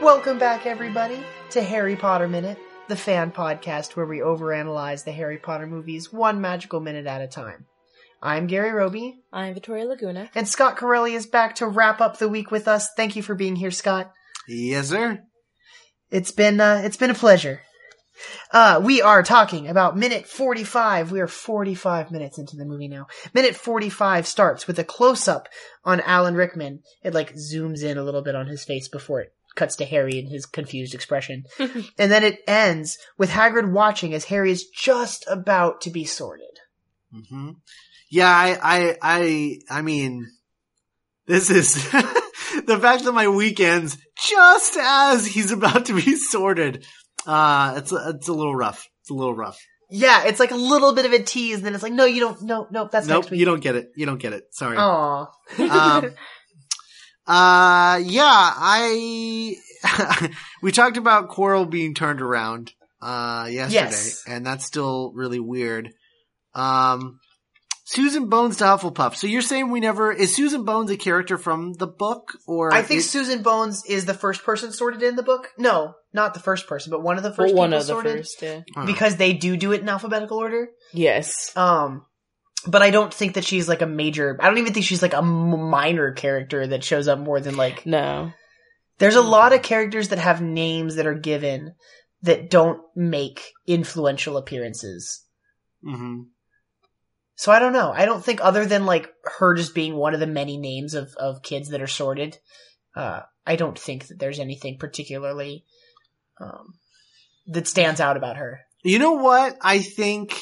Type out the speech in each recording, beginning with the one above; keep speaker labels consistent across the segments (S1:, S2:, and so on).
S1: Welcome back, everybody, to Harry Potter Minute, the fan podcast where we overanalyze the Harry Potter movies one magical minute at a time. I'm Gary Roby,
S2: I'm Victoria Laguna.
S1: and Scott Corelli is back to wrap up the week with us. Thank you for being here, Scott.
S3: Yes, sir.
S1: It's been uh, it's been a pleasure. Uh, we are talking about minute 45. We are 45 minutes into the movie now. Minute 45 starts with a close up on Alan Rickman. It like zooms in a little bit on his face before it cuts to Harry and his confused expression. and then it ends with Hagrid watching as Harry is just about to be sorted.
S3: hmm Yeah, I, I, I, I mean, this is the fact that my weekends just as he's about to be sorted. Uh, it's a, it's a little rough. It's a little rough.
S1: Yeah, it's like a little bit of a tease, and then it's like, no, you don't, no, no, that's
S3: nope,
S1: next week. Oh,
S3: you don't get it. You don't get it. Sorry.
S1: Aw.
S3: um, uh, yeah, I, we talked about Quirrell being turned around, uh, yesterday,
S1: Yes.
S3: and that's still really weird. Um, Susan Bones to Hufflepuff. So you're saying we never, is Susan Bones a character from the book or?
S1: I think
S3: is-
S1: Susan Bones is the first person sorted in the book. No, not the first person, but one of the first
S2: one
S1: people
S2: of the
S1: sorted
S2: first, yeah.
S3: Oh.
S1: because they do do it in alphabetical order.
S2: Yes.
S1: Um, but I don't think that she's like a major. I don't even think she's like a m- minor character that shows up more than like.
S2: No.
S1: There's a lot of characters that have names that are given that don't make influential appearances.
S3: Mhm.
S1: So I don't know. I don't think other than like her just being one of the many names of of kids that are sorted. Uh, I don't think that there's anything particularly um, that stands out about her.
S3: You know what? I think,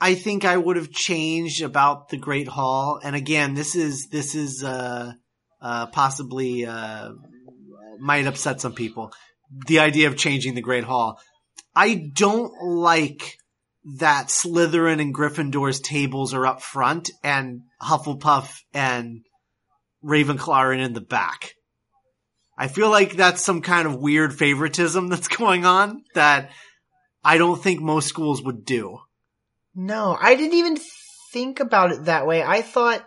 S3: I think I would have changed about the Great Hall. And again, this is, this is, uh, uh, possibly, uh, might upset some people. The idea of changing the Great Hall. I don't like that Slytherin and Gryffindor's tables are up front and Hufflepuff and Ravenclaw are in the back. I feel like that's some kind of weird favoritism that's going on that I don't think most schools would do.
S1: No, I didn't even think about it that way. I thought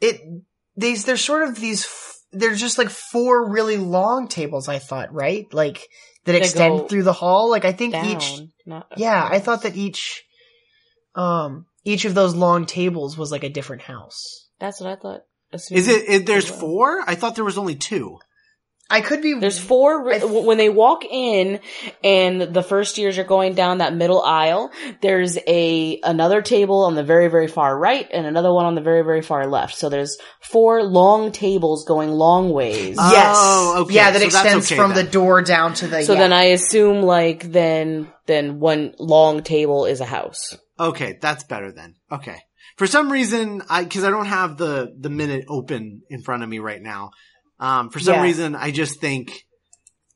S1: it. These they're sort of these. f- They're just like four really long tables. I thought right, like that
S2: They
S1: extend
S2: go
S1: through the hall. Like I think
S2: Down.
S1: each
S2: not up.
S1: Yeah, I thought that each um each of those long tables was like a different house.
S2: That's what I thought. Assuming
S3: Is it? Is, there's
S2: well.
S3: four? I thought there was only two.
S1: I could be
S2: There's four.
S1: I th-
S2: when they walk in, and the first years are going down that middle aisle. There's a another table on the very very far right, and another one on the very very far left. So there's four long tables going long ways.
S3: Uh,
S1: Yes.
S3: Oh, okay,
S1: Yeah, that
S3: so that's
S1: extends
S3: okay
S1: from
S3: then.
S1: the door down to the
S2: so
S1: yeah.
S2: then I assume like then then one long table is a house.
S3: Okay, that's better then. Okay. For some reason, I because I don't have the the minute open in front of me right now. Um, for some
S1: Yeah.
S3: reason, I just think.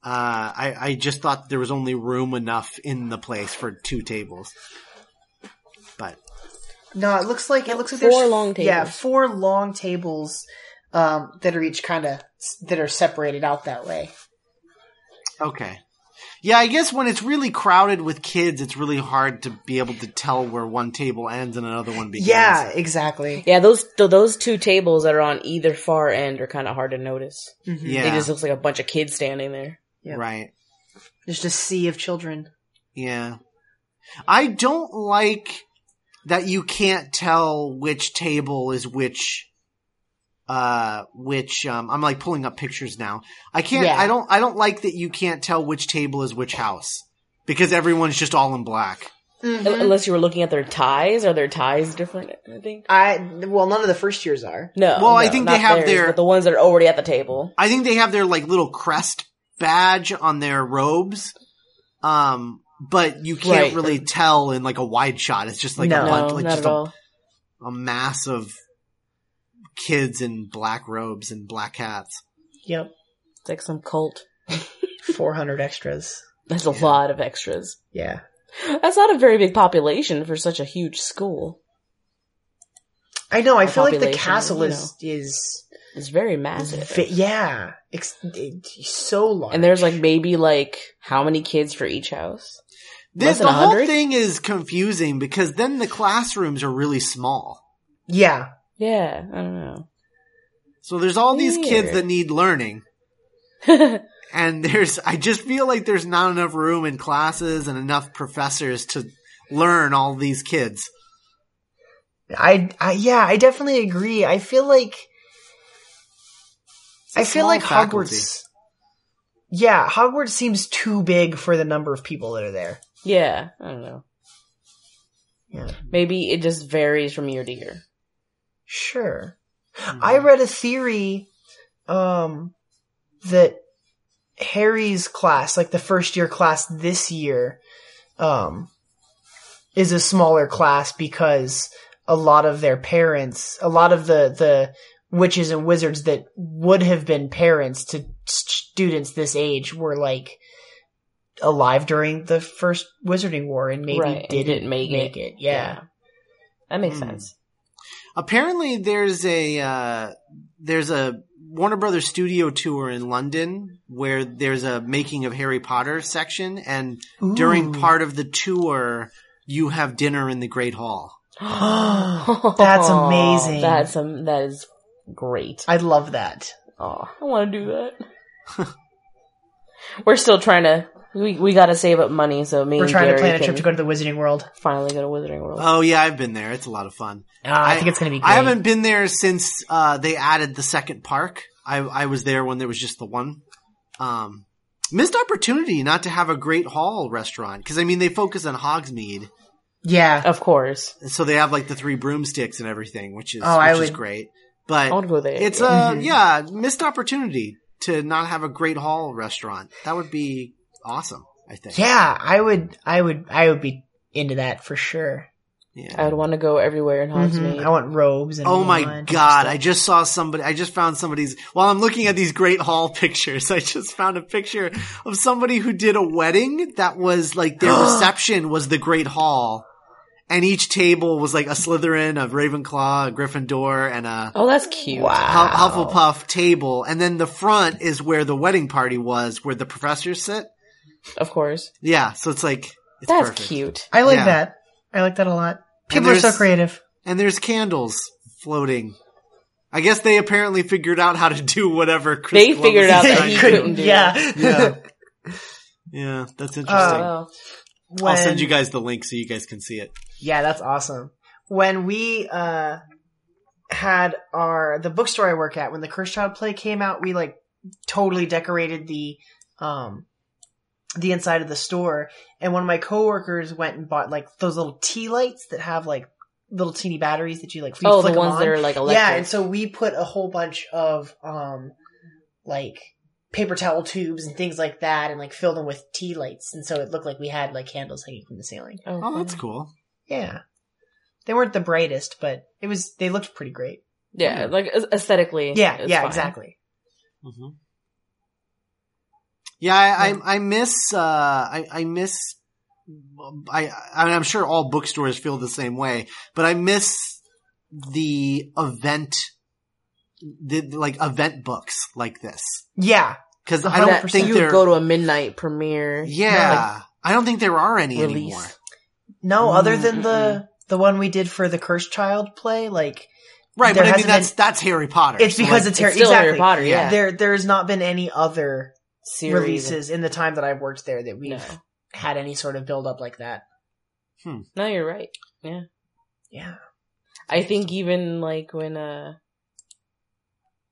S3: Uh, I, I just thought there was only room enough in the place for two tables. But
S1: No, it looks like it looks like
S2: Four
S1: there's
S2: long
S1: Yeah,
S2: tables.
S1: four long tables um that are each kind of that are separated out that way.
S3: Okay. Yeah, I guess when it's really crowded with kids, it's really hard to be able to tell where one table ends and another one begins.
S1: Yeah, exactly.
S2: Yeah, those th- those two tables that are on either far end are kind of hard to notice.
S1: Mhm.
S3: Yeah.
S2: It just looks like a bunch of kids standing there.
S1: Yeah.
S3: Right.
S1: There's just a sea of children.
S3: Yeah. I don't like that you can't tell which table is which uh which um I'm like pulling up pictures now. I can't
S1: Yeah.
S3: I don't I don't like that you can't tell which table is which house because everyone's just all in black.
S1: Mm-hmm.
S2: Un- Unless you were looking at their ties, are their ties different? I think.
S1: I well, none of the first years are.
S2: No.
S3: Well, I
S2: no,
S3: think
S2: not
S3: they have
S2: theirs,
S3: their-
S2: but the ones that are already at the table.
S3: I think they have their like little crest badge on their robes um but you can't
S2: Right.
S3: really tell in like a wide shot. It's just like
S1: No.
S3: a
S2: no,
S3: bunch, like
S2: not
S3: just
S2: at
S3: a,
S2: all.
S3: a mass of kids in black robes and black hats.
S1: Yep.
S2: It's like some cult.
S1: 400 extras.
S2: That's a lot of extras.
S1: Yeah.
S2: That's not a very big population for such a huge school.
S1: I know. I
S2: Our
S1: feel like the
S2: population,
S1: castle
S2: you
S1: is, is,
S2: It's very
S1: is
S2: massive.
S1: fi- yeah. Ex- it's so large.
S2: and there's like maybe like how many kids for each house?
S3: This,
S2: Less than
S3: the whole
S2: 100?
S3: thing is confusing because then the classrooms are really small.
S1: yeah.
S2: Yeah, I don't know.
S3: So there's all these kids
S2: Weird.
S3: that need learning. And there's, I just feel like there's not enough room in classes and enough professors to learn all these kids.
S1: I, I yeah, I definitely agree. I feel like
S3: It's a
S1: I feel
S3: small
S1: like
S3: faculty.
S1: Hogwarts. Yeah, Hogwarts seems too big for the number of people that are there.
S2: yeah, I don't know.
S1: Yeah,
S2: Maybe it just varies from year to year.
S1: sure.
S3: Mhm.
S1: I read a theory um that Harry's class, like the first year class this year, um is a smaller class because a lot of their parents, a lot of the the witches and wizards that would have been parents to students this age were like alive during the first wizarding war and maybe
S2: Right, and
S1: didn't,
S2: didn't
S1: make,
S2: make
S1: it. Yeah.
S2: That makes
S3: Hmm.
S2: sense.
S3: Apparently there's a, uh, there's a Warner Brothers studio tour in London where there's a making of Harry Potter section and during
S1: Ooh.
S3: part of the tour, you have dinner in the Great Hall.
S1: That's amazing.
S2: That's um, that is great.
S1: I love that.
S2: Oh, I want to do that. We're still trying to. We we got to save up money, so me
S1: We're
S2: and
S1: trying to
S2: Gary
S1: plan a
S2: can
S1: trip to go to Uh, the Wizarding World.
S2: finally go to Wizarding World.
S3: Oh yeah, I've been there. It's a lot of fun.
S1: Uh, I,
S3: I-
S1: think it's going to be great.
S3: I haven't been there since uh, they added the second park. I, I was there when there was just the one. Um, missed opportunity not to have a Great Hall restaurant because I mean they focus on Hogsmeade,
S1: Yeah.
S2: Of course,
S3: and so they have like the three broomsticks and everything, which is
S1: Oh, I
S3: which is
S1: would- Oh,
S3: great.
S2: I
S3: But
S2: want to go there.
S3: it's
S2: Yeah.
S3: uh
S1: Mhm.
S3: yeah missed opportunity to not have a Great Hall restaurant. That would be awesome. I think.
S1: Yeah, I would, I would, I would be into that for sure.
S3: Yeah.
S2: I would want to go everywhere in Hogsmeade.
S1: Mhm. I want robes and.
S3: Oh
S1: wand
S3: my
S1: and
S3: god,
S1: stuff.
S3: I just saw somebody, I just found somebody's, while I'm looking at these great hall pictures, I just found a picture of somebody who did a wedding that was like their reception was the great hall. And each table was like a Slytherin, a Ravenclaw, a Gryffindor, and a
S2: oh, that's cute.
S1: Wow.
S3: Huff- Hufflepuff table. And then the front is where the wedding party was, where the professors sit.
S2: Of course,
S3: Yeah, so it's like, it's
S2: that's
S3: perfect.
S2: cute.
S1: I like
S3: yeah.
S1: that. I like that a lot.
S3: And
S1: People are so
S3: there's-
S1: creative.
S3: and there's candles floating. I guess they apparently figured out how to do whatever. Chris
S2: They figured out
S3: was
S2: that
S3: trying
S2: he
S3: to
S2: couldn't do
S1: yeah.
S3: do. Yeah, yeah, that's interesting.
S1: Uh,
S2: Wow.
S1: When-
S3: I'll send you guys the link so you guys can see it.
S1: Yeah, that's awesome. When we uh had our the bookstore I work at, when the Cursed Child play came out, we like totally decorated the um the inside of the store. And one of my coworkers went and bought like those little tea lights that have like little teeny batteries that you like.
S2: Oh, the
S1: flick 'em
S2: ones
S1: on.
S2: that are like electric.
S1: Yeah, and so we put a whole bunch of um like paper towel tubes and things like that and like filled them with tea lights and so it looked like we had like candles hanging from the ceiling.
S3: Oh, that's cool.
S1: Yeah. They weren't the brightest, but it was they looked pretty great.
S2: Yeah, like a- aesthetically.
S1: Yeah,
S2: it's
S1: yeah,
S2: fine.
S1: exactly. Mm-hmm.
S3: hmm Yeah, I, I, I miss. Uh, I, I miss. I, I mean, I'm sure all bookstores feel the same way, but I miss the event, the like event books like this
S1: Yeah.
S3: because
S1: A
S3: I
S1: hundred
S2: That-
S3: don't
S1: percent.
S3: think
S2: you
S3: they're
S2: would go to a midnight premiere.
S3: Yeah. I don't think there are any
S2: Release.
S3: anymore.
S1: No,
S3: Mm,
S1: other than the the one we did for the Cursed Child play, like
S3: Right,
S1: There
S3: but I mean
S1: hasn't
S3: that's that's Harry Potter.
S1: it's
S3: so,
S1: because it's,
S3: like,
S2: It's
S1: Harry
S2: still
S1: exactly.
S2: Harry Potter.
S3: Yeah.
S2: Yeah,
S1: There there's not been any other
S2: Series.
S1: releases in the time that I've worked there that we've
S2: No,
S1: had any sort of build up like that.
S2: no, you're right. Yeah,
S1: Yeah.
S2: I think even like when uh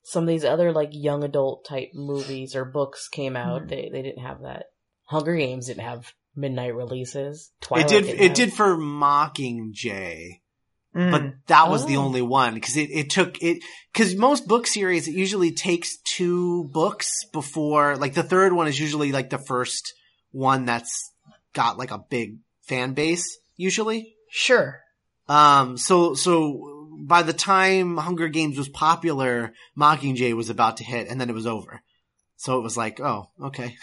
S2: some of these other like young adult type movies or books came out,
S1: Mhm.
S2: they they didn't have that. Hunger Games didn't have midnight releases. Twilight
S3: it did
S2: didn't
S3: it
S2: have-
S3: did for Mockingjay,
S1: Mm.
S3: but that was the
S2: Oh.
S3: only one because it, it took it because most book series it usually takes two books before like the third one is usually like the first one that's got like a big fan base usually.
S1: Sure.
S3: Um, so, so by the time Hunger Games was popular, Mockingjay was about to hit and then it was over. So it was like, oh, okay.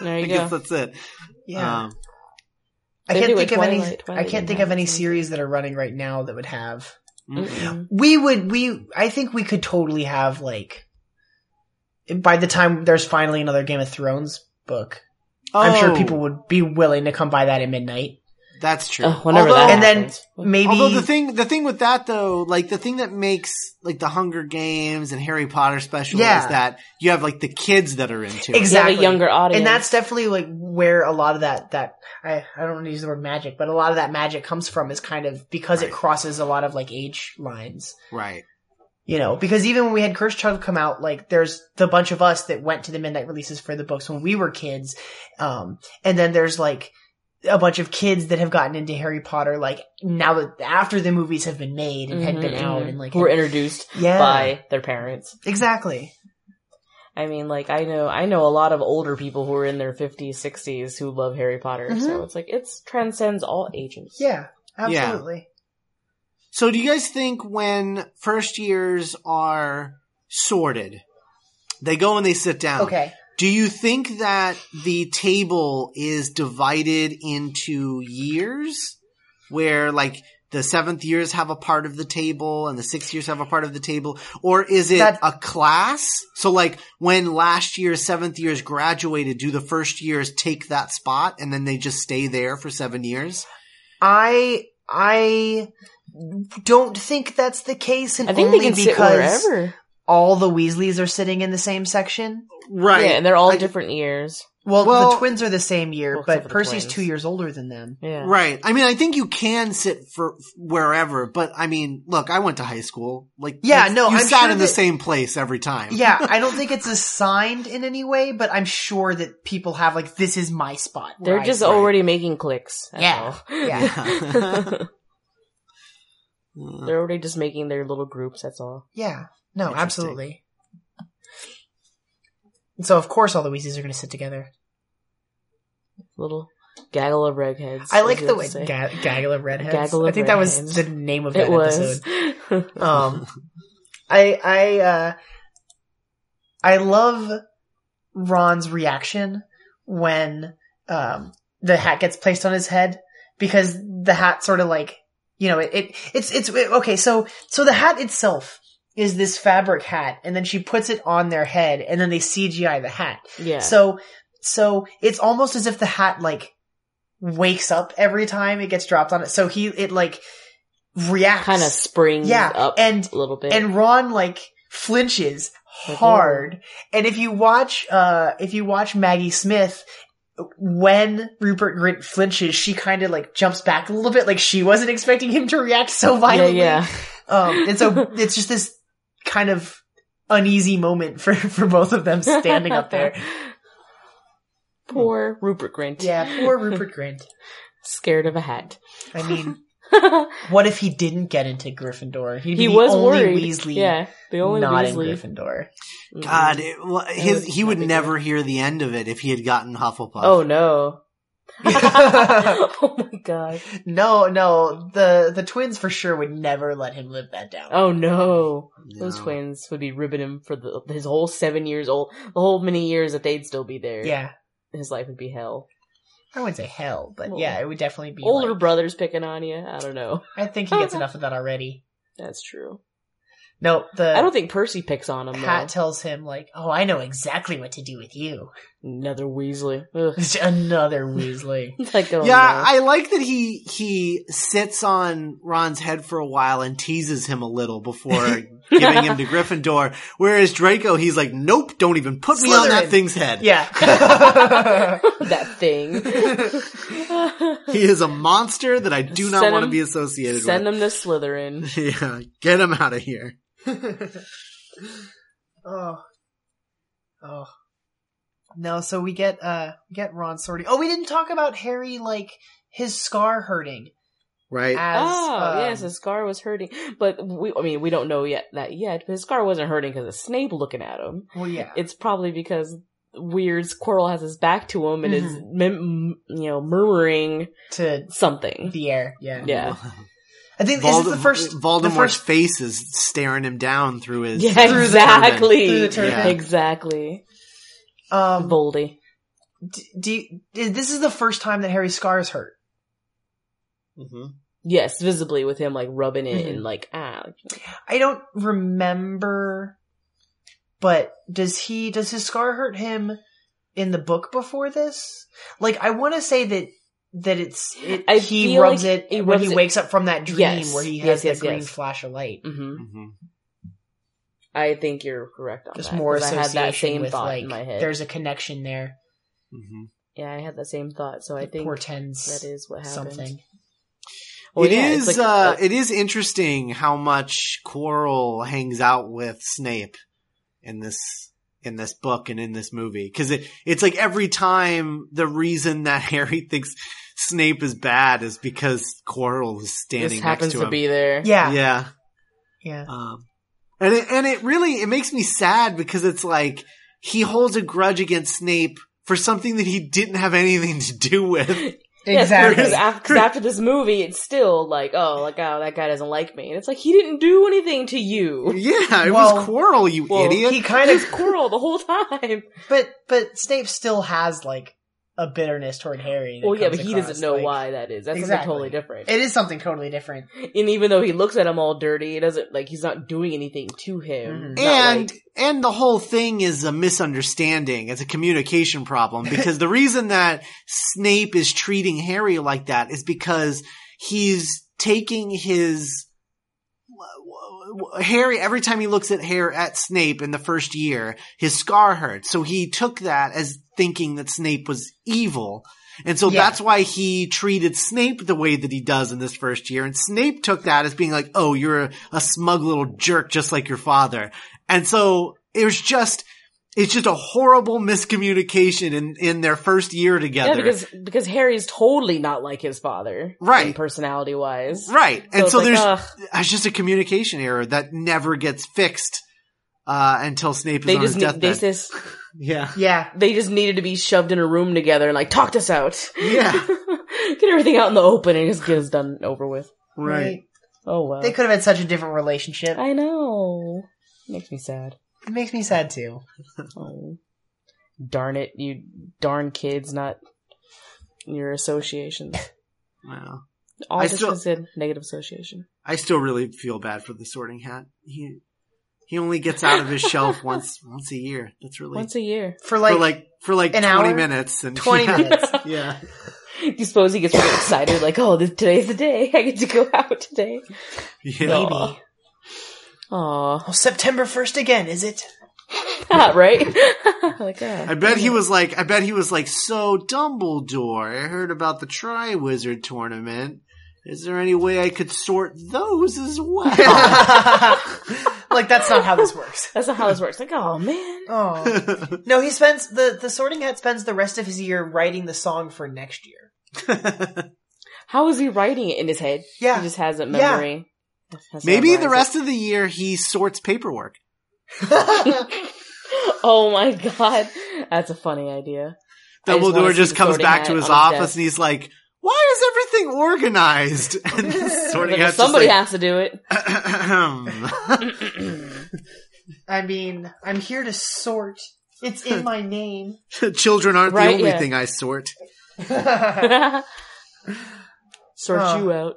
S2: There
S3: I
S2: you
S3: guess
S2: go.
S3: that's it.
S1: Yeah.
S3: Um,
S1: I
S2: They
S1: can't
S2: do it
S1: think of any.
S2: Uh, Twilight- Twilight
S1: I can't
S2: didn't
S1: think
S2: have
S1: of any
S2: it, so-
S1: series that are running right now that would have.
S2: Mm-mm.
S1: We would. We. I think we could totally have like. By the time there's finally another Game of Thrones book, I'm sure
S3: Oh,
S1: people would be willing to come buy that at midnight.
S3: That's true.
S2: Oh, whenever
S3: Although-
S2: that
S1: And then
S2: happens.
S1: Maybe.
S3: Although the thing, the thing with that though, like the thing that makes like the Hunger Games and Harry Potter special
S1: Yeah.
S3: is that you have like the kids that are into
S1: Ex-
S3: it.
S2: You have
S1: exactly.
S2: a younger audience.
S1: and that's definitely like where a lot of that that I, I don't want to use the word magic, but a lot of that magic comes from is kind of because it
S3: Right.
S1: crosses a lot of like age lines.
S3: Right.
S1: You know, because even when we had Cursed Child come out, like there's the bunch of us that went to the midnight releases for the books when we were kids. Um, and then there's like a bunch of kids that have gotten into Harry Potter, like now that after the movies have been made and had
S2: Mhm,
S1: been out
S2: mhm.
S1: and like,
S2: who were introduced
S1: yeah,
S2: by their parents.
S1: exactly.
S2: I mean, like I know, I know a lot of older people who are in their fifties, sixties who love Harry Potter. So
S1: Mm-hmm.
S2: it's like it's transcends all ages.
S1: Yeah, absolutely.
S3: So do you guys think when first years are sorted, they go and they sit
S2: Um,
S3: down?
S1: Okay.
S3: Do you think that the table is divided into years where like the seventh years have a part of the table and the sixth years have a part of the table? Or is it
S1: That-
S3: a class? So like when last year's seventh years graduated, do the first years take that spot and then they just stay there for seven years?
S1: I I don't think that's the case, and
S2: I think they
S1: only
S2: can sit
S1: because
S2: wherever.
S1: all the Weasleys are sitting in the same section.
S3: Right.
S2: Yeah, and they're all
S3: I-
S2: different years.
S1: Well, the
S3: Well-
S1: twins are the same year,
S2: Well, except
S1: but
S2: for the
S1: Percy's
S2: twins.
S1: two years older than them.
S2: Yeah.
S3: Right. I mean, I think you can sit for wherever, but I mean, look, I went to high school. Like,
S1: Yeah,
S3: you-
S1: no,
S3: you
S1: I'm
S3: sat
S1: sure
S3: in the
S1: that-
S3: same place every time.
S1: Yeah, I don't think it's assigned in any way, but I'm sure that people have like this is my spot.
S2: They're
S1: Right.
S2: just
S3: right.
S2: already making clicks. that's
S1: Yeah,
S2: all.
S3: yeah. Hmm.
S2: they're already just making their little groups. That's all.
S1: yeah, no,
S3: Interesting.
S1: absolutely. And so of course all the Weasleys are going to sit together.
S2: Little gaggle of regheads.
S1: I
S2: as
S1: like
S2: you
S1: the
S2: like
S1: way
S2: to say.
S1: ga- gaggle of redheads.
S2: Gaggle of
S1: I think that was
S2: redheads.
S1: the name of that
S2: it was.
S1: episode. Um, I I uh, I love Ron's reaction when um, the hat gets placed on his head because the hat sort of like you know it, it it's it's it- okay so so the hat itself is this fabric hat and then she puts it on their head and then they CGI the hat
S2: yeah.
S1: so so it's almost as if the hat like wakes up every time it gets dropped on it so he it like reacts
S2: kind of springs
S1: yeah,
S2: up
S1: and-
S2: a little bit.
S1: and Ron like flinches
S2: Like,
S1: hard. And if you watch, uh, if you watch Maggie Smith, when Rupert Grint flinches, she kind of like jumps back a little bit, like she wasn't expecting him to react so
S2: yeah,
S1: violently.
S2: yeah.
S1: Um, and so it's just this kind of uneasy moment for for both of them standing up there.
S2: Poor Rupert Grint.
S1: Yeah, poor Rupert Grint.
S2: Scared of a hat.
S1: I mean, what if he didn't get into Gryffindor? He'd
S2: he
S1: be
S2: was
S1: the only
S2: worried.
S1: Weasley,
S2: yeah, the only
S1: not
S2: Weasley.
S1: in Gryffindor.
S2: Mm-mm.
S3: God, it, well, his,
S2: was
S3: he would
S2: nothing
S3: never hear the end of it if he had gotten Hufflepuff.
S2: Oh no. oh my god.
S1: No, no, the the twins for sure would never let him live that down.
S2: Oh no.
S3: You
S2: Those
S3: know?
S2: twins would be ribbing him for the, his whole seven years old, the whole many years that they'd still be there.
S1: Yeah,
S2: His life would be hell.
S1: I wouldn't say hell, but
S2: Well,
S1: yeah, it would definitely be
S2: Older Uh-huh.
S1: like-
S2: brothers picking on you. I don't know.
S1: I think he gets enough of that already.
S2: That's true.
S1: No, the
S2: I don't think Percy picks on him
S1: Pat
S2: though.
S1: tells him like, "Oh, I know exactly what to do with you."
S2: Another Weasley. Ugh.
S1: It's another Weasley.
S2: like, oh,
S3: yeah,
S2: no.
S3: I like that he he sits on Ron's head for a while and teases him a little before giving him to Gryffindor. Whereas Draco, he's like, "Nope, don't even put me on that
S1: Slytherin.
S3: thing's head."
S1: yeah.
S2: that thing.
S3: He is a monster that I do not
S2: Send
S3: want to
S2: him-
S3: be associated
S2: Send
S3: with.
S2: them to Slytherin.
S3: yeah, get him out of here.
S1: oh, oh, no. So we get uh we get Ron sorting. Oh, we didn't talk about Harry like his scar hurting
S3: Right?
S1: as
S2: oh
S1: um,
S2: yes, his scar was hurting, but we—I mean, we don't know yet that yet. But his scar wasn't hurting because of Snape looking at him.
S1: Well, yeah.
S2: It's probably because weird squirrel has his back to him and is mim- you know murmuring
S1: to
S2: something.
S1: the air. Yeah,
S2: Yeah.
S1: I think
S3: Voldem-
S1: this is the first
S3: Voldemort's
S1: the first-
S3: face is staring him down through his.
S2: Yeah,
S3: through the turban.
S2: exactly.
S1: through the turban.
S3: Yeah.
S2: Exactly.
S1: Um,
S2: Voldy.
S1: d- do you, is- this is the first time that Harry's scars hurt.
S3: Mhm.
S2: Yes, visibly with him like rubbing it
S1: Mhm.
S2: and like ah. like-
S1: I don't remember, but does he does his scar hurt him in the book before this? Like, I want to say that that it's it,
S2: I
S1: he
S2: feel
S1: rubs
S2: like
S1: it
S2: he
S1: when
S2: rubs
S1: he
S2: it-
S1: wakes up from that dream
S2: Yes,
S1: where he
S2: yes,
S1: has
S2: yes,
S1: the green
S2: yes.
S1: flash of light.
S2: Mhm.
S3: Mhm.
S2: I think you're correct on
S1: Just
S2: that,
S1: more
S2: 'cause I
S1: association
S2: had that same
S1: with
S2: thought
S1: like
S2: in my head.
S1: there's a connection there.
S3: Mhm.
S2: yeah, I had that same thought. So I
S1: It
S2: think
S1: portends
S2: that is what happened.
S1: something.
S2: Well,
S3: It
S2: yeah,
S3: is.
S2: it's like,
S3: uh, it is interesting how much Quirrell hangs out with Snape in this in this book and in this movie because it it's like every time the reason that Harry thinks Snape is bad is because Quirrell is standing
S2: this
S3: next
S2: happens
S3: to
S2: to,
S3: him.
S2: be there.
S1: Yeah, yeah.
S3: yeah. Um, and it, and it really it makes me sad because it's like he holds a grudge against Snape for something that he didn't have anything to do with.
S1: exactly.
S2: Because after, after this movie, it's still like, oh, like, oh, that guy doesn't like me. And it's like, he didn't do anything to you.
S3: yeah, it
S1: Well-
S3: was Quirrell, you
S2: Well,
S3: idiot.
S1: He kind
S2: It was
S1: of,
S2: Quirrell the whole time.
S1: but but Snape still has like a bitterness toward Harry. that
S2: Well, yeah, but
S1: comes
S2: he
S1: across,
S2: doesn't know
S1: like-
S2: why that is. That's
S1: Exactly.
S2: something totally different.
S1: It is something totally different.
S2: and even though he looks at him all dirty, it doesn't, like, he's not doing anything to
S1: Mhm.
S2: him. Not
S3: Mm-hmm. and
S2: like-
S3: and the whole thing is a misunderstanding. It's a communication problem because the reason that Snape is treating Harry like that is because he's taking his Harry every time he looks at Harry at Snape in the first year, his scar hurts. So he took that as thinking that Snape was evil. And so
S1: Yeah.
S3: that's why he treated Snape the way that he does in this first year. And Snape took that as being like, oh, you're a, a smug little jerk just like your father. And so it was just, it's just a horrible miscommunication in, in their first year together.
S2: yeah, because, because Harry's totally not like his father.
S3: Right.
S2: Personality wise.
S3: right. and so there's,
S2: ugh.
S3: it's just a communication error that never gets fixed, uh, until Snape is
S2: they
S3: on
S2: just
S3: his
S2: need, they
S3: deathbed.
S2: just
S3: yeah.
S1: Yeah,
S2: they just needed to be shoved in a room together and like talk this out.
S3: Yeah.
S2: get everything out in the open and just get us done and over with.
S3: Right.
S2: Oh wow.
S1: They could have had such a different relationship.
S2: I know. Makes me sad.
S1: It makes me sad too.
S2: Oh. Darn it, you darn kids, not your associations.
S3: Wow.
S2: All
S3: I
S2: just
S3: still-
S2: 'cause said negative association.
S3: I still really feel bad for the sorting hat. He, he only gets out of his shelf once, once a year. That's really,
S2: Once a year.
S1: For like,
S3: for like, for like
S1: an
S3: 20
S1: hour?
S3: minutes and
S1: 20
S3: yeah.
S1: minutes.
S3: Yeah.
S2: you suppose he gets really excited, like, oh, this, today's the day. I get to go out today.
S3: Yeah.
S1: maybe.
S2: Aw. Aw.
S3: uh,
S1: Oh, September first again, is it?
S2: right? like, oh.
S3: I bet he was like, I bet he was like, so Dumbledore, I heard about the Triwizard tournament. Is there any way I could sort those as well?
S1: like that's not how this works.
S2: That's not how this works. Like, oh man.
S1: Oh no, he spends the the Sorting Hat spends the rest of his year writing the song for next year.
S2: How is he writing it in his head?
S1: Yeah.
S2: He just has it
S1: Yeah.
S2: memory. Has
S3: Maybe the
S2: memorized
S3: rest of the year he sorts paperwork.
S2: it. Oh my god. That's a funny idea. I just wanna
S3: Dumbledore
S2: see
S3: just,
S2: the
S3: comes
S2: sorting
S3: back
S2: hat
S3: to
S2: on his
S3: his office
S2: desk.
S3: and he's like, why is everything organized? And the sorting
S2: Well,
S3: hat's
S2: somebody has
S3: just
S2: to do it.
S3: like,
S1: I mean, I'm here to sort. It's in my name.
S3: Children aren't the
S2: Right,
S3: only
S2: yeah.
S3: thing I sort.
S1: okay,
S2: Sort
S1: Oh.
S2: you out.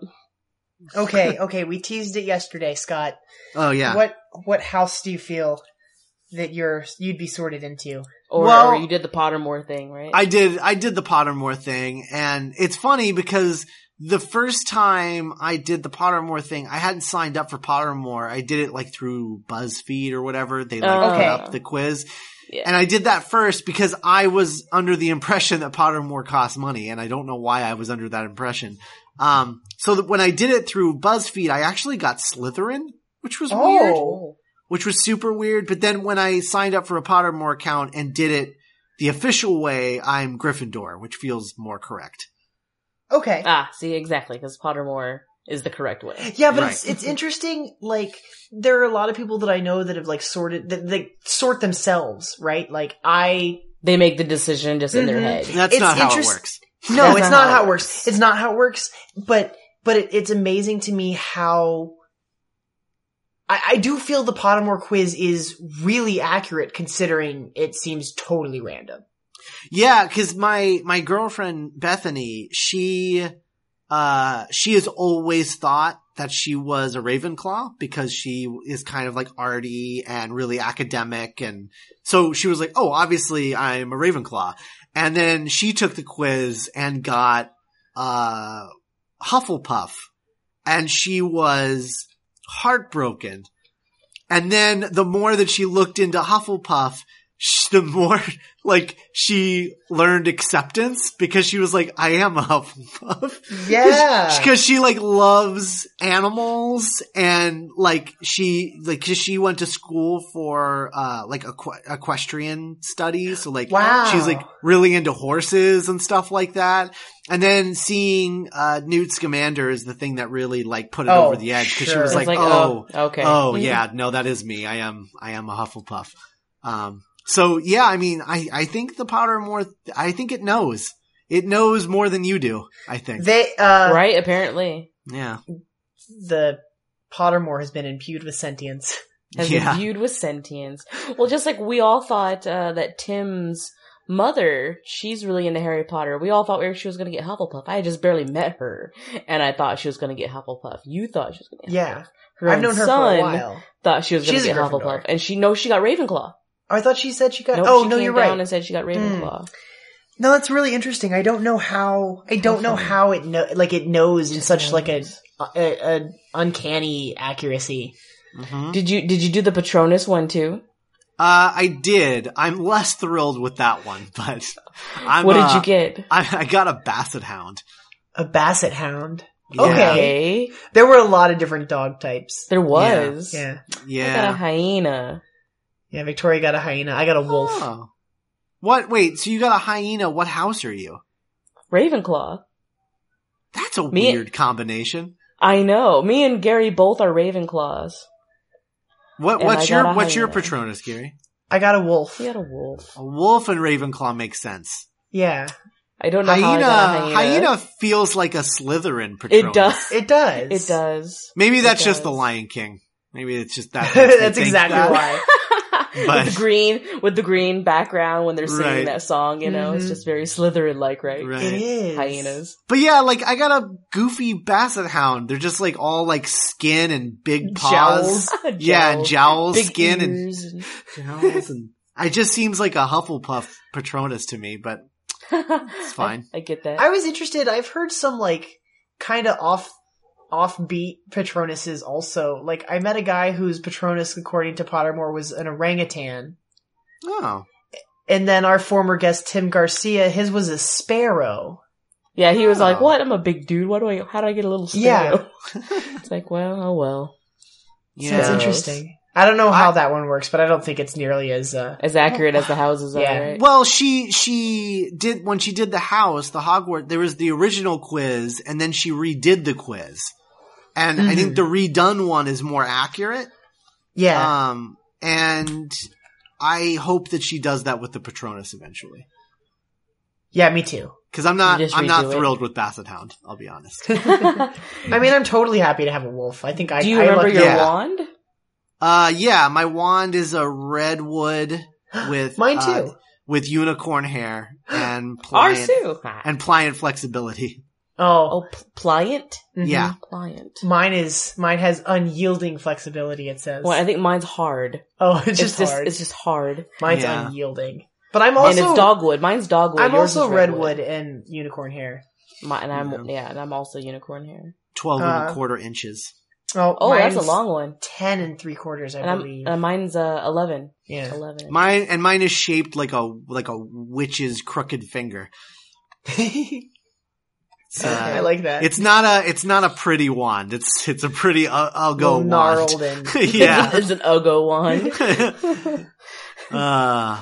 S1: okay, we teased it yesterday, Scott.
S3: Oh yeah.
S1: What what house do you feel that you're you'd be sorted into?
S2: Or,
S3: Well-
S2: or you did the Pottermore thing, right?
S3: I did I did the Pottermore thing and it's funny because the first time I did the Pottermore thing, I hadn't signed up for Pottermore. I did it like through BuzzFeed or whatever. They like
S2: Oh.
S3: put
S1: Okay.
S3: up the quiz.
S2: Yeah.
S3: And I did that first because I was under the impression that Pottermore cost money and I don't know why I was under that impression. Um so that when I did it through BuzzFeed, I actually got Slytherin, which
S2: Oh,
S3: was weird which was super weird. But then when I signed up for a Pottermore account and did it the official way, I'm Gryffindor, which feels more correct.
S1: Okay.
S2: Ah, see, exactly, because Pottermore is the correct way.
S1: Yeah, but
S3: Right.
S1: it's it's interesting. Like there are a lot of people that I know that have like sorted that they sort themselves, right? Like I
S2: They make the decision just in their
S1: Mhm.
S2: head.
S3: That's
S1: It's
S3: not how it
S1: interest-
S3: works.
S1: No,
S2: That's
S1: it's not how it works. It's not how it works. But but it, it's amazing to me how I, I do feel the Pottermore quiz is really accurate considering it seems totally random.
S3: Yeah, because my my girlfriend Bethany, she uh she has always thought that she was a Ravenclaw because she is kind of like arty and really academic, and so she was like, "Oh, obviously I'm a Ravenclaw." And then she took the quiz and got uh Hufflepuff, and she was heartbroken. And then the more that she looked into Hufflepuff, sh- the more like she learned acceptance because she was like, I am a Hufflepuff. Because she like loves animals and like she like 'cause she went to school for uh like equ- equestrian studies so like
S1: Wow.
S3: she's like really into horses and stuff like that and then seeing uh Newt Scamander is the thing that really like put it
S1: Oh,
S3: over the edge because she
S1: sure.
S3: was
S2: It's
S3: like,
S2: like,
S3: oh
S2: oh, okay.
S3: Oh yeah, no, that is me. I am I am a Hufflepuff. Um so yeah, I mean I, I think the powder more I think it knows. It knows more than you do, I think.
S1: They uh
S2: Mm-hmm. right, apparently.
S3: yeah.
S1: the Pottermore has been imbued with sentience.
S2: Has
S3: yeah.
S2: imbued with sentience. Well, just like we all thought uh, that Tim's mother, she's really into Harry Potter. We all thought we were- she was going to get Hufflepuff. I had just barely met her, and I thought she was going to get Hufflepuff. You thought she was going to get
S1: Yeah.
S2: Hufflepuff. Her
S1: I've
S2: own
S1: known her
S2: son
S1: for a while.
S2: thought she was going
S1: She's
S2: to
S1: a
S2: get
S1: Gryffindor.
S2: Hufflepuff, and she knows she got Ravenclaw.
S1: I thought she said she got.
S2: Nope,
S1: oh
S2: she
S1: no,
S2: came
S1: you're
S2: down
S1: right. Mm.
S2: And said she got Ravenclaw.
S1: no, that's really interesting. I don't know how. I don't know
S2: funny.
S1: how it know. Like it knows in such like a,
S2: knows.
S1: a, a uncanny accuracy.
S3: Mhm.
S2: Did you did you do the Patronus one too?
S3: Uh I did. I'm less thrilled with that one, but I'm
S2: what did
S3: uh,
S2: you get?
S3: I, I got a basset hound.
S1: A basset hound.
S3: Yeah.
S1: Okay.
S2: Okay,
S1: There were a lot of different dog types.
S2: there was.
S1: Yeah.
S2: I got a
S3: Yeah.
S2: hyena.
S1: Yeah, Victoria got a hyena. I got a wolf.
S3: Oh. What wait, so you got a hyena, what house are you?
S2: Ravenclaw.
S3: That's a
S2: Me-
S3: weird combination.
S2: I know. Me and Gary both are Ravenclaws.
S3: What
S2: And I got
S3: what's your
S2: a
S3: what's your
S2: hyena.
S3: patronus, Gary?
S1: I got a wolf.
S2: We had a wolf.
S3: A wolf and Ravenclaw makes sense.
S1: Yeah.
S2: I don't know how I
S3: Hyena,
S2: got a
S3: hyena.
S2: hyena.
S3: feels like a Slytherin patron.
S2: It does.
S1: It does.
S2: It does.
S3: Maybe
S2: It
S3: that's just
S2: does.
S3: the Lion King. Maybe it's just that. makes me
S1: That's
S3: think
S1: exactly
S3: that.
S1: why.
S3: But-
S2: with the green, with the green background when they're singing
S3: Right.
S2: that song, you know, it's
S1: Mhm.
S2: just very Slytherin like, right?
S3: Right.
S1: It is.
S2: Hyenas.
S3: But yeah, like I got a goofy basset hound. They're just like all like skin and big paws. Yeah, and
S2: Jowls.
S3: jowls,
S2: Big
S3: skin,
S2: ears and
S3: and jowls, and it just seems like a Hufflepuff Patronus to me. But
S2: it's
S3: fine.
S2: I, I get that.
S1: I was interested. I've heard some like kind of off offbeat patronuses also. Like I met a guy whose patronus according to Pottermore was an orangutan.
S3: oh,
S1: And then our former guest Tim Garcia, his was a sparrow.
S2: yeah, he was like,
S3: Oh.
S2: "What? I'm a big dude. Why do I? How do I get a little sparrow?" it's like, well, oh well.
S1: So it's
S3: yeah,
S2: Sounds
S1: interesting. I don't know how
S3: I-
S1: that one works, but I don't think it's nearly as uh
S2: As accurate as the houses
S1: Yeah.
S2: are, right?
S3: Well, she she did when she did the house, the Hogwarts. There was the original quiz, and then she redid the quiz, and I think
S1: Mhm.
S3: the
S2: Mm-hmm.
S3: redone one is more accurate.
S2: Uh,
S1: yeah.
S3: Um, and I hope that she does that with the Patronus eventually,
S1: yeah, me too.
S3: because I'm not
S2: You just
S3: I'm
S2: redo
S3: not
S2: it.
S3: thrilled with Basset Hound. I'll be honest.
S1: I mean, I'm totally happy to have a wolf. I think I
S2: do you
S1: I
S2: remember
S1: lucked
S2: your
S1: out.
S3: Yeah.
S2: wand?
S3: uh, yeah, my wand is a redwood with
S1: Mine
S3: uh,
S1: too.
S3: with unicorn hair and
S2: Ours
S3: pliant
S2: too.
S3: and pliant flexibility.
S1: Oh,
S2: oh, p- pliant, Mm,
S1: mhm.
S3: Yeah.
S2: pliant.
S1: Mine is mine has unyielding flexibility. It says.
S2: Well, I think mine's hard.
S1: oh, it's
S2: It's
S1: just
S2: just,
S1: hard.
S2: it's just hard,
S1: Mine's
S3: Yeah.
S1: unyielding. But I'm also
S2: and it's dogwood. Mine's dogwood.
S1: I'm
S2: Yours
S1: also
S2: is
S1: redwood. and unicorn hair.
S2: My, and I'm yeah. and I'm also unicorn hair.
S3: Twelve and
S1: Uh,
S3: a quarter inches.
S1: Oh,
S2: Oh, that's a
S1: mine's
S2: long one.
S1: ten and three quarters, I
S2: And I'm
S1: believe.
S2: and mine's uh eleven.
S1: yeah.
S2: Eleven.
S3: Mine and mine is shaped like a like a witch's crooked finger. It's, uh,
S1: I like that.
S3: it's not a it's not a pretty wand. It's it's a pretty uh, I'll go
S1: Little
S3: wand.
S1: gnarled and
S3: yeah.
S2: it's an Ugo wand.
S3: uh, yeah.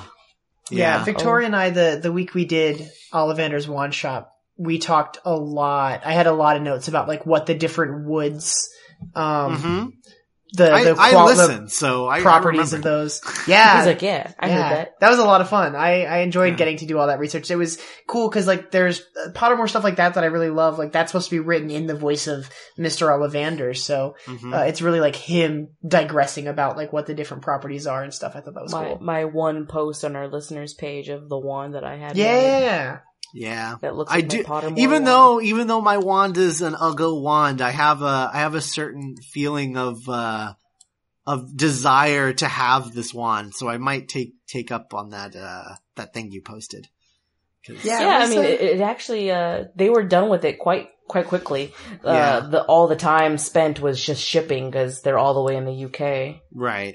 S1: Yeah, Victoria and I the the week we did Ollivander's wand shop, we talked
S2: Mm-hmm.
S1: a lot. I had a lot of notes about like what the different woods um
S3: hmm
S1: the
S3: I,
S1: the,
S3: I
S1: qual- the
S3: listen, so I I
S1: properties of
S3: remember.
S1: those. Yeah,
S2: He's like, yeah, I
S1: yeah,
S2: heard that.
S1: was a lot of fun. I, I enjoyed
S3: Yeah.
S1: getting to do all that research. It was cool because like there's uh, Pottermore stuff like that that I really love. Like that's supposed to be written in the voice of Mr. Ollivander, so
S3: Mhm.
S1: uh, it's really like him digressing about like what the different properties are and stuff. I thought that was
S2: my
S1: cool.
S2: my one post on our listeners page of the wand that I had. made
S1: Yeah,
S3: yeah.
S2: that looks.
S3: I
S2: Like My
S3: do-
S2: Pottermore
S3: even
S2: wand.
S3: though even though my wand is an Uggo wand, I have a I have a certain feeling of uh of desire to have this wand, so I might take take up on that uh that thing you posted. 'Cause-
S1: Yeah.
S2: yeah, I
S1: was
S2: mean,
S1: a-
S2: it, it actually uh, they were done with it quite quite quickly. Uh,
S3: Yeah.
S2: the all the time spent was just shipping because they're all the way in the UK,
S3: right.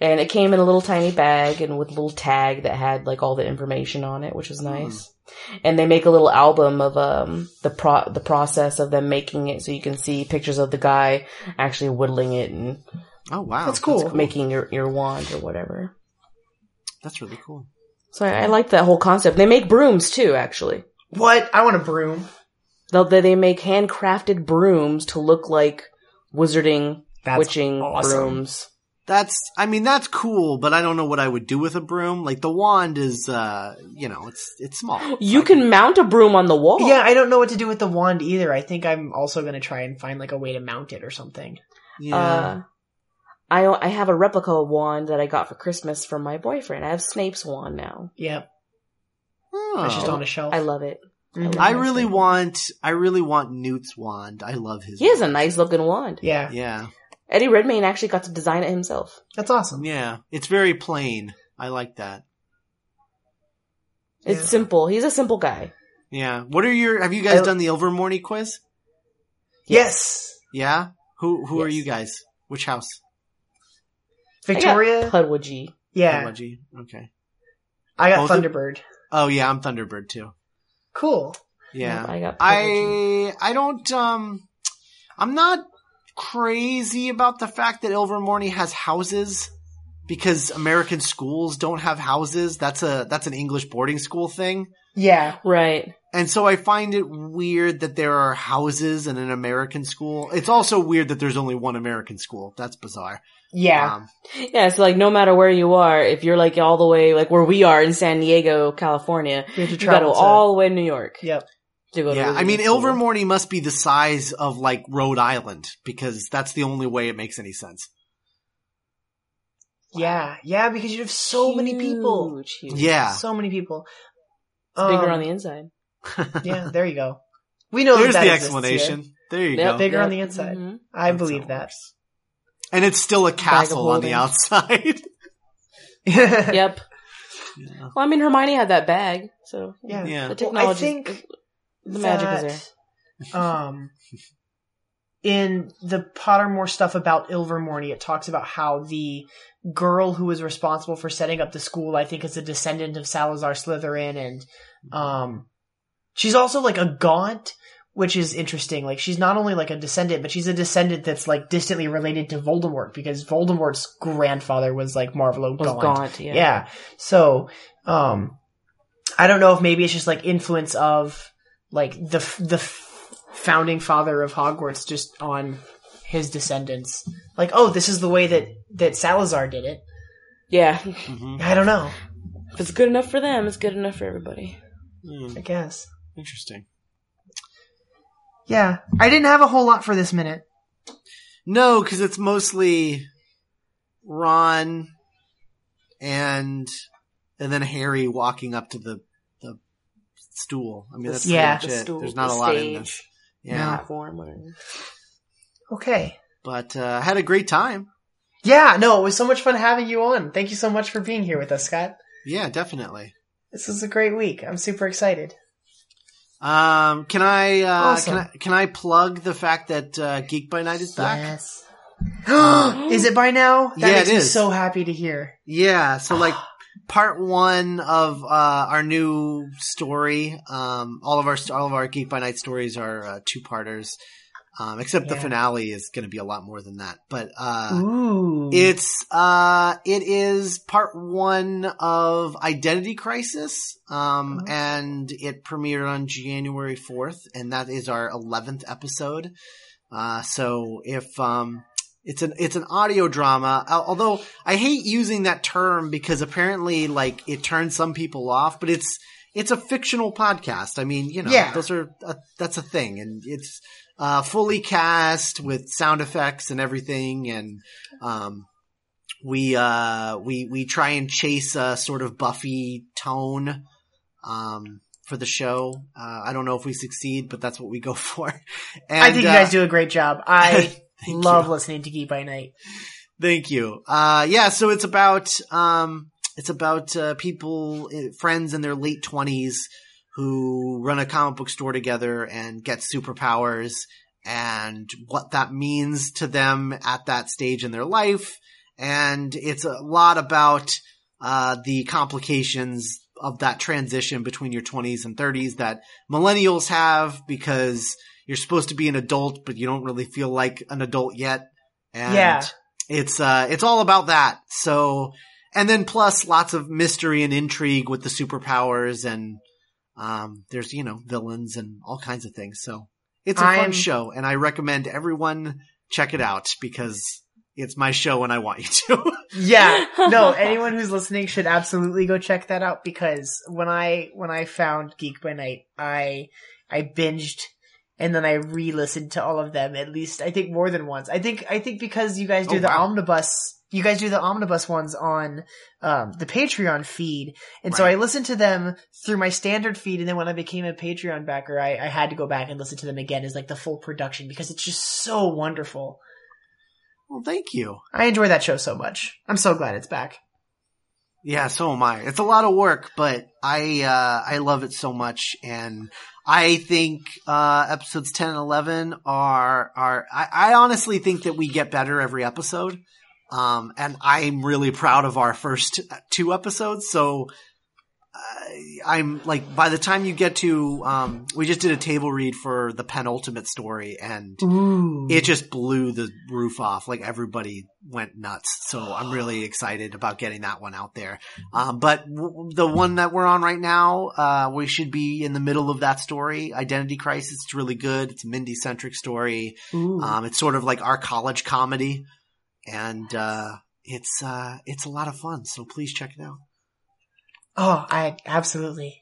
S2: and it came in a little tiny bag and with a little tag that had like all the information on it, which
S1: Hmm.
S2: was nice. And they make a little album of um the pro the process of them making it, so you can see pictures of the guy actually whittling it and
S3: Oh wow,
S1: That's cool.
S2: making your your wand or whatever.
S3: That's really cool.
S2: So I, I like that whole concept. They make brooms too, actually.
S1: what I want a broom.
S2: They'll, they they make handcrafted brooms to look like wizarding,
S1: That's
S2: witching
S1: awesome.
S2: brooms.
S3: That's I mean that's cool, but I don't know what I would do with a broom. Like the wand is uh you know, it's it's small.
S2: You
S3: I
S2: can mount a broom on the wall.
S1: Yeah, I don't know what to do with the wand either. I think I'm also going to try and find like a way to mount it or something.
S3: yeah.
S2: Uh, I I have a replica wand that I got for Christmas from my boyfriend. I have Snape's wand now.
S1: Yep,
S3: Oh.
S1: it's just on a shelf.
S2: I love it.
S1: Mhm.
S2: love
S3: I really want I really want Newt's wand. I love his
S2: He has a
S3: wand.
S2: nice looking wand.
S1: yeah,
S3: Yeah.
S2: Eddie Redmayne actually got to design it himself.
S1: that's awesome.
S3: Yeah, it's very plain. I like that.
S2: It's
S1: Yeah.
S2: simple. He's a simple guy.
S3: Yeah. What are your? Have you guys
S1: I-
S3: done the Ilvermorny quiz?
S1: Yes,
S3: Yeah. Who Who are
S2: Yes.
S3: you guys? Which house?
S1: Victoria.
S2: Pudwidgee.
S1: yeah,
S3: Pudgy. Okay.
S1: I got
S3: Both of-
S1: Thunderbird.
S3: Oh yeah, I'm Thunderbird too.
S1: Cool.
S3: Yeah.
S2: I got Pudwidgee.
S3: I I don't um I'm not crazy about the fact that Ilvermorny has houses because American schools don't have houses. That's a that's an English boarding school thing.
S1: Yeah.
S2: Right.
S3: And so I find it weird that there are houses in an American school. It's also weird that there's only one American school. That's bizarre.
S1: Yeah.
S3: Um,
S2: Yeah, so like no matter where you are, if you're like all the way like where we are in San Diego, California,
S1: we have to
S2: you gotta
S1: travel to-
S2: all the way to New York
S1: Yep.
S2: to go.
S3: yeah,
S2: to
S3: I mean,
S2: school.
S3: Ilvermorny must be the size of like Rhode Island because that's the only way it makes any sense.
S1: Yeah. Yeah, because you have so many people.
S2: Huge, huge.
S3: Yeah,
S1: So many people.
S2: It's bigger
S1: Um,
S2: on the inside.
S1: yeah, there you go. We know
S3: there's
S1: that that
S3: the
S1: exists here.
S3: explanation. There you
S2: Yep,
S3: go.
S1: Bigger on
S2: yep.
S1: the inside.
S2: Mhm.
S1: I
S3: That's
S1: believe
S3: how it
S1: that.
S3: works. And it's still a
S2: of
S3: castle on
S2: holding.
S3: the outside.
S1: yeah.
S2: Yep. Well, I mean, Hermione had that bag, so
S1: Yeah.
S3: yeah.
S1: Well, I
S2: The technology,
S1: think
S2: the magic is there.
S1: that, um, in the Pottermore stuff about Ilvermorny, it talks about how the girl who was responsible for setting up the school, I think, is a descendant of Salazar Slytherin, and um, she's also like a gaunt, which is interesting. Like she's not only like a descendant, but she's a descendant that's like distantly related to Voldemort because Voldemort's grandfather was like Marvelo
S2: Was
S1: Gaunt.
S2: gaunt. Yeah.
S1: Yeah. So, um, I don't know if maybe it's just like influence of like the f- the f- founding father of Hogwarts just on his descendants. Like, oh, this is the way that that Salazar did it.
S2: Yeah.
S3: Mhm.
S1: I don't know.
S2: If it's good enough for them, it's good enough for everybody.
S3: Hmm,
S1: I guess.
S3: Interesting.
S1: Yeah, I didn't have a whole lot for this minute.
S3: No, because it's mostly Ron and and then Harry walking up to the the stool. I mean, that's pretty
S1: Yeah.
S3: much
S2: The
S3: it.
S2: stool,
S3: There's not
S2: the
S3: a lot in
S2: stage,
S3: this. Yeah,
S2: Platform, whatever.
S1: Okay.
S3: but uh, I had a great time.
S1: Yeah, no, it was so much fun having you on. Thank you so much for being here with us, Scott.
S3: Yeah, definitely.
S1: This was a great week. I'm super excited.
S3: Um, can I uh,
S1: Awesome.
S3: can I can I plug the fact that uh, Geek by Night is back?
S1: Yes. is it by now? That
S3: Yeah,
S1: makes
S3: it
S1: me
S3: is.
S1: so happy to hear.
S3: Yeah, so like part one of uh, our new story. Um, all of our all of our Geek by Night stories are uh, two parters, um, except the
S1: Yeah.
S3: finale is going to be a lot more than that. But uh,
S1: Ooh.
S3: it's uh, it is part one of Identity Crisis, um,
S1: Mhm.
S3: and it premiered on January fourth, and that is our eleventh episode. Uh, so if um, It's an it's an audio drama. Al- Although I hate using that term because apparently, like, it turns some people off. But it's it's a fictional podcast. I mean, you know,
S1: Yeah.
S3: those are uh that's a thing, and it's uh, fully cast with sound effects and everything, and um, we uh, we we try and chase a sort of Buffy tone um, for the show. Uh, I don't know if we succeed, but that's what we go for. And,
S1: I think you
S3: uh,
S1: guys do a great job. I
S3: Thank
S1: love
S3: you.
S1: listening to Geek by Night.
S3: Thank you. Uh, yeah, so it's about um, it's about uh, people, uh, friends in their late twenties who run a comic book store together and get superpowers, and what that means to them at that stage in their life, and it's a lot about uh, the complications of that transition between your 20s and 30s that millennials have because you're supposed to be an adult but you don't really feel like an adult yet and
S1: Yeah.
S3: it's uh it's all about that so and then plus lots of mystery and intrigue with the superpowers and um there's you know villains and all kinds of things so it's a fun
S1: I'm-
S3: show and i recommend everyone check it out because it's my show and i want you to
S1: Yeah. No, anyone who's listening should absolutely go check that out because when I when I found Geek by Night, I I binged and then I re-listened to all of them at least I think more than once. I think I think because you guys do
S3: Oh,
S1: the
S3: wow.
S1: omnibus you guys do the omnibus ones on um, the Patreon feed, and so
S3: Right.
S1: I listened to them through my standard feed, and then when I became a Patreon backer, I, I had to go back and listen to them again as like the full production because it's just so wonderful.
S3: well thank you
S1: I enjoy that show so much. I'm so glad it's back.
S3: Yeah, so am I. It's a lot of work, but I uh, I love it so much, and I think uh, episodes ten and eleven are are. I, I honestly think that we get better every episode, um, and I'm really proud of our first two episodes. So uh, I'm like, by the time you get to, um, we just did a table read for the penultimate story, and
S1: Ooh.
S3: it just blew the roof off. Like everybody went nuts. So I'm really excited about getting that one out there. Um, but w- the one that we're on right now, uh, we should be in the middle of that story. Identity Crisis. It's really good. It's a Mindy centric story.
S1: Ooh.
S3: Um, it's sort of like our college comedy and, uh, it's, uh, it's a lot of fun. So please check it out.
S1: oh, I absolutely.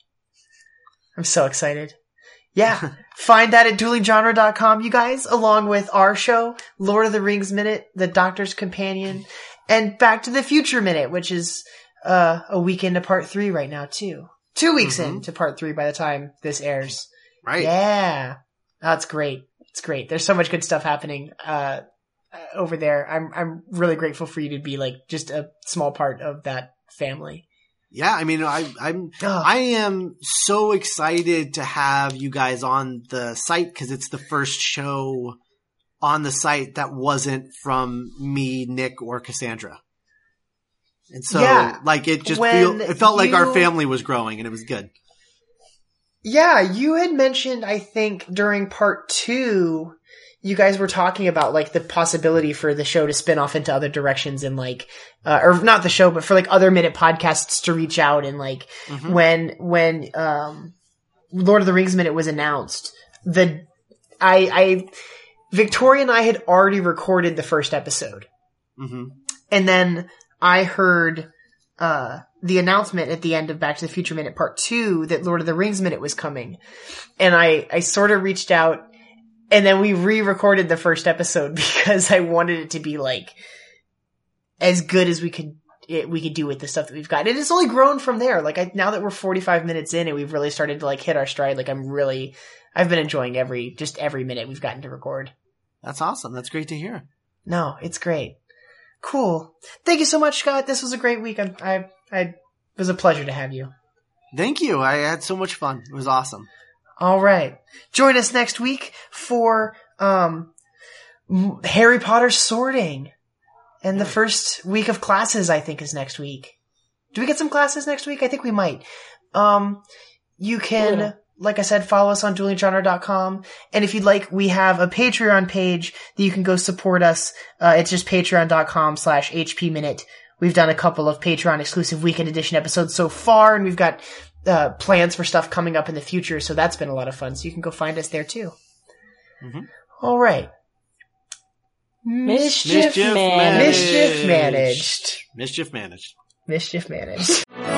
S1: I'm so excited. Yeah. Find that at duelinggenre.com, you guys, along with our show, Lord of the Rings Minute, The Doctor's Companion, and Back to the Future Minute, which is uh, a week into part three right now, too. Two weeks
S3: Mhm.
S1: into part three by the time this airs.
S3: Right.
S1: Yeah. That's great. It's great. There's so much good stuff happening uh, uh, over there. I'm I'm really grateful for you to be like just a small part of that family.
S3: Yeah. I mean, I, I'm,
S1: Ugh.
S3: I am so excited to have you guys on the site because it's the first show on the site that wasn't from me, Nick, or Cassandra. And so,
S1: Yeah.
S3: like, it just
S1: When
S3: feel, it felt like our
S1: you-
S3: family was growing and it was good.
S1: Yeah, you had mentioned, I think, during part two, you guys were talking about like the possibility for the show to spin off into other directions and like, uh, or not the show, but for like other minute podcasts to reach out and like
S3: Mhm.
S1: when, when, um, Lord of the Rings minute was announced, the, I, I, Victoria and I had already recorded the first episode.
S3: hmm
S1: And then I heard uh, the announcement at the end of Back to the Future Minute Part 2 that Lord of the Rings Minute was coming. And I, I sort of reached out and then we re recorded the first episode because I wanted it to be like as good as we could. It, we could do with the stuff that we've got. And it's only grown from there. Like I, now that we're 45 minutes in and we've really started to like hit our stride, like I'm really, I've been enjoying every, just every minute we've gotten to record.
S3: That's awesome. That's great to hear.
S1: No, it's great. Cool. Thank you so much, Scott. This was a great week. I, I, I it was a pleasure to have you.
S3: Thank you. I had so much fun. It was awesome.
S1: All right. Join us next week for um, M- Harry Potter sorting, and the
S3: Yeah.
S1: first week of classes. I think is next week. Do we get some classes next week? I think we might. Um, you can,
S2: Yeah.
S1: like I said, follow us on duelinggenre.com. And if you'd like, we have a Patreon page that you can go support us. Uh, it's just patreon.com slash HP Minute. We've done a couple of Patreon exclusive weekend edition episodes so far, and we've got uh, plans for stuff coming up in the future. So that's been a lot of fun. So you can go find us there too.
S3: Mhm.
S1: All right.
S2: Mischief,
S3: Mischief
S2: managed.
S1: Mischief
S3: Managed.
S1: managed.
S3: Mischief managed.
S1: Mischief managed.